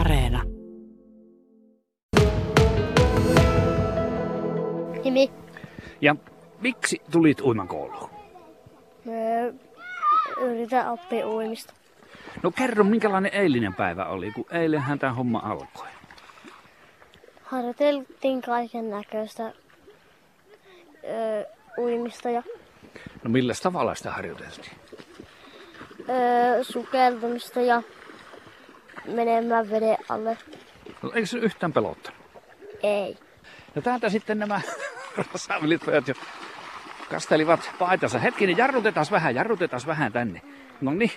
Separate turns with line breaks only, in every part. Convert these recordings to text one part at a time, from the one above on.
Areena.
Nimi?
Ja miksi tulit uimakouluun?
Mä yritän oppia uimista.
No kerro, minkälainen eilinen päivä oli, kun eilenhän tämä homma alkoi.
Harjoiteltiin kaiken näköistä öö, uimista ja
No millä tavalla sitä harjoiteltiin?
öö, sukeltamista ja menemään veden alle.
No, eikö se yhtään pelottanut?
Ei.
Ja täältä sitten nämä rasavilitpojat jo kastelivat paitansa. Hetki, niin jarrutetaan vähän, jarrutetaan vähän tänne. No niin,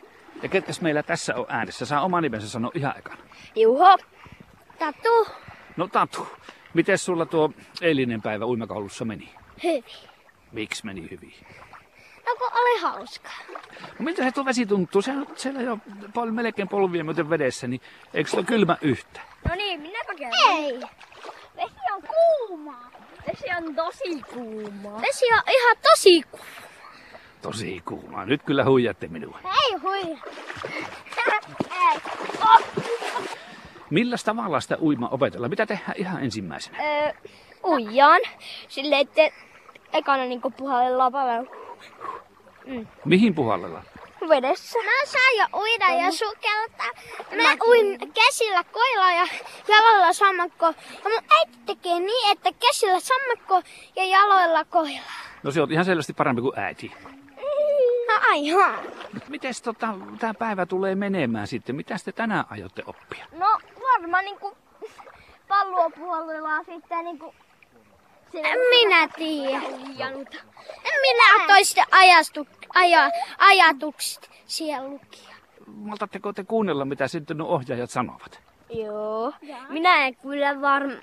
ja ketkäs meillä tässä on äänessä? Saa oma nimensä sanoa ihan ekana.
Juho! Tatu!
No Tatu, miten sulla tuo eilinen päivä uimakaulussa meni?
Hyvin.
Miksi meni hyvin?
No kun oli hauskaa.
No miltä se tuo vesi tuntuu? Se on siellä jo pol- melkein polvia myöten vedessä, niin eikö se ole kylmä yhtä?
No niin, minäpä käyn.
Ei!
Vesi on kuuma. Vesi on tosi kuuma.
Vesi on ihan tosi ku...
Tosi kuuma. Nyt kyllä huijatte minua.
Ei hui!
Ei.
Millä tavalla sitä uima opetella? Mitä tehdään ihan ensimmäisenä?
Öö, uijaan. Silleen, että ekana niinku puhalellaan paljon
Mihin puhallella?
vedessä.
Mä saan jo uida ja sukeltaa. Mä uin käsillä koilla ja jaloilla sammakko. Ja mun äiti tekee niin, että käsillä sammakko ja jaloilla koilla.
No se on ihan selvästi parempi kuin äiti.
No aivan.
Mites tota, tämä päivä tulee menemään sitten? Mitä te tänään aiotte oppia?
No varmaan niinku palloa puhalellaan sitten niinku...
En minä tiedä. En minä toisten ajastu, aja, ajatukset siellä lukia.
Maltatteko te kuunnella, mitä sitten nuo ohjaajat sanovat?
Joo. Minä en kyllä varmaan...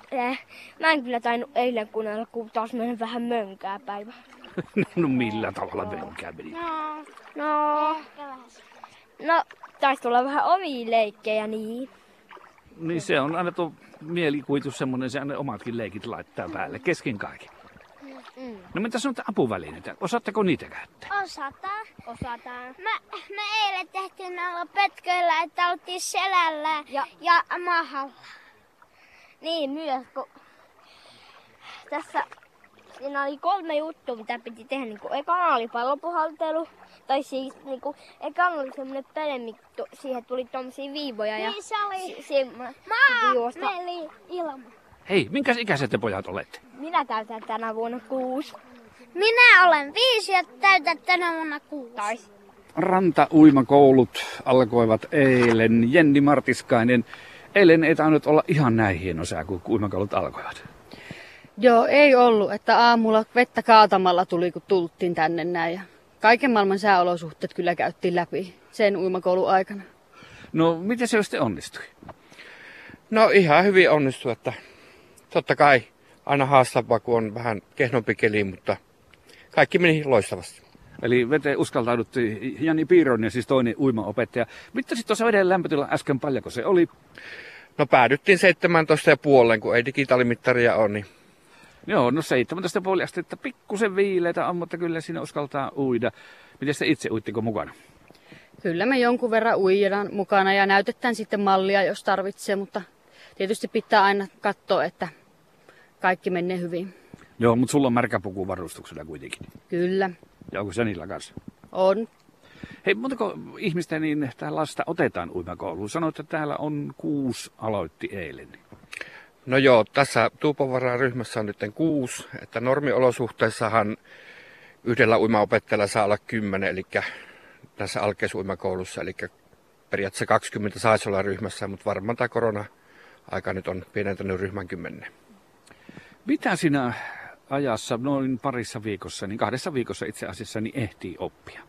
Mä en kyllä tainnut eilen kuunnella, kun taas meni vähän mönkää päivä.
no millä tavalla menkää meni?
No, no taisi tulla vähän omia leikkejä, niin.
Niin se on aina tuo mielikuitus semmonen, se aina omatkin leikit laittaa päälle, kesken kaiken. No mitä sanotte apuvälineitä? Osaatteko niitä käyttää?
Osataan.
Osataan.
Mä, me eilen tehtiin noilla pötköillä, että oltiin selällä ja,
Ja-
ja mahalla.
Niin, myös kun tässä siinä oli kolme juttua, mitä piti tehdä. Niin ekana oli pallopuhaltelu, tai siis niin kuin, ekana oli semmoinen pele, mikä tu- siihen tuli tommosia viivoja ja
Niin se oli.
se- semmoinen juosta.
meli ilma.
Hei, minkä ikäiset te pojat olette?
Minä täytän tänä vuonna kuusi.
Minä olen viisi ja täytän tänä vuonna kuusi.
Tai
Rantauimakoulut alkoivat eilen. Jenni Martiskainen, eilen ei tainnut olla ihan näin hieno sää, kun uimakoulut alkoivat.
Joo, ei ollut, että aamulla vettä kaatamalla tuli, kun tultiin tänne näin. Ja kaiken maailman sääolosuhteet kyllä käyttiin läpi sen uimakoulun aikana.
No, miten se sitten onnistui?
No ihan hyvin onnistu, että totta kai aina haastavaa, kun on vähän kehnompi keli, mutta kaikki meni loistavasti.
Eli veteen uskaltauduttiin Jani Piironen, siis toinen uimaopettaja. Mitä sitten tuossa veden lämpötila äsken paljonko se oli?
No päädyttiin 17 ja puoleen, kun ei digitaalimittaria ole, niin
Joo, no 17,5 astetta, pikkusen viileitä on, mutta kyllä siinä uskaltaa uida. Miten te itse uittiko mukana?
Kyllä me jonkun verran uidaan mukana ja näytetään sitten mallia, jos tarvitsee, mutta tietysti pitää aina katsoa, että kaikki menee hyvin.
Joo, mutta sulla on märkä puku varustuksella kuitenkin.
Kyllä,
Ja onko Janilla kanssa?
on.
Hei, montako ihmistä niin tää lasta otetaan uimakouluun? Sanoit, että täällä on kuusi aloitti eilen.
no joo, tässä tuupovararyhmässä on nyt kuusi, että normiolosuhteissahan yhdellä uimaopettajalla saa olla kymmenen, eli tässä alkeisuimakoulussa, eli periaatteessa 20 saisi olla ryhmässä, mutta varmaan tämä korona-aika nyt on pienentänyt ryhmän kymmenen.
Mitä sinä ajassa, noin parissa viikossa, niin kahdessa viikossa itse asiassa, niin ehtii oppia?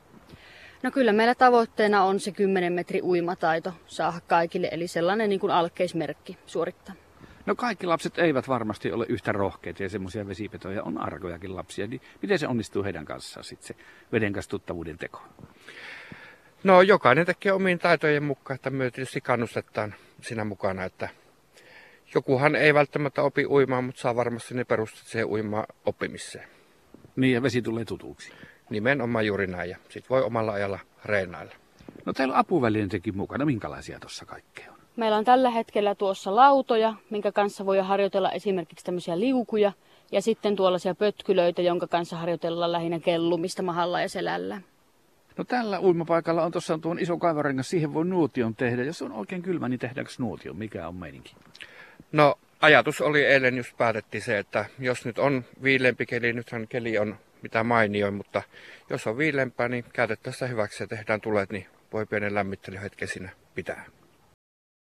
No kyllä meillä tavoitteena on se 10 metri uimataito saada kaikille, eli sellainen niin kuin alkeismerkki suorittaa.
No kaikki lapset eivät varmasti ole yhtä rohkeita ja semmoisia vesipetoja on arkojakin lapsia. Niin miten se onnistuu heidän kanssaan sitten se veden kanssa tuttavuuden teko?
No jokainen tekee omiin taitojen mukaan, että me tietysti kannustetaan siinä mukana, että jokuhan ei välttämättä opi uimaan, mutta saa varmasti ne perustat siihen uimaan oppimiseen.
Niin ja vesi tulee tutuksi.
Nimenomaan juuri näin ja sit voi omalla ajalla reenailla.
No teillä on apuvälineitäkin mukana. Minkälaisia tuossa kaikkea on?
Meillä on tällä hetkellä tuossa lautoja, minkä kanssa voi harjoitella esimerkiksi tämmöisiä liukuja ja sitten tuollaisia pötkylöitä, jonka kanssa harjoitellaan lähinnä kellumista mahalla ja selällä.
No tällä uimapaikalla on tuossa tuon iso kaivorengas, siihen voi nuution tehdä. Jos on oikein kylmä, niin tehdäänkö nuutio? Mikä on meininki?
No ajatus oli eilen just päätettiin se, että jos nyt on viileämpi keli, nythän keli on mitä mainioin, mutta jos on viileämpää, niin käytettäessä hyväksi ja tehdään tulet, niin voi pienen lämmittelyhetken siinä pitää.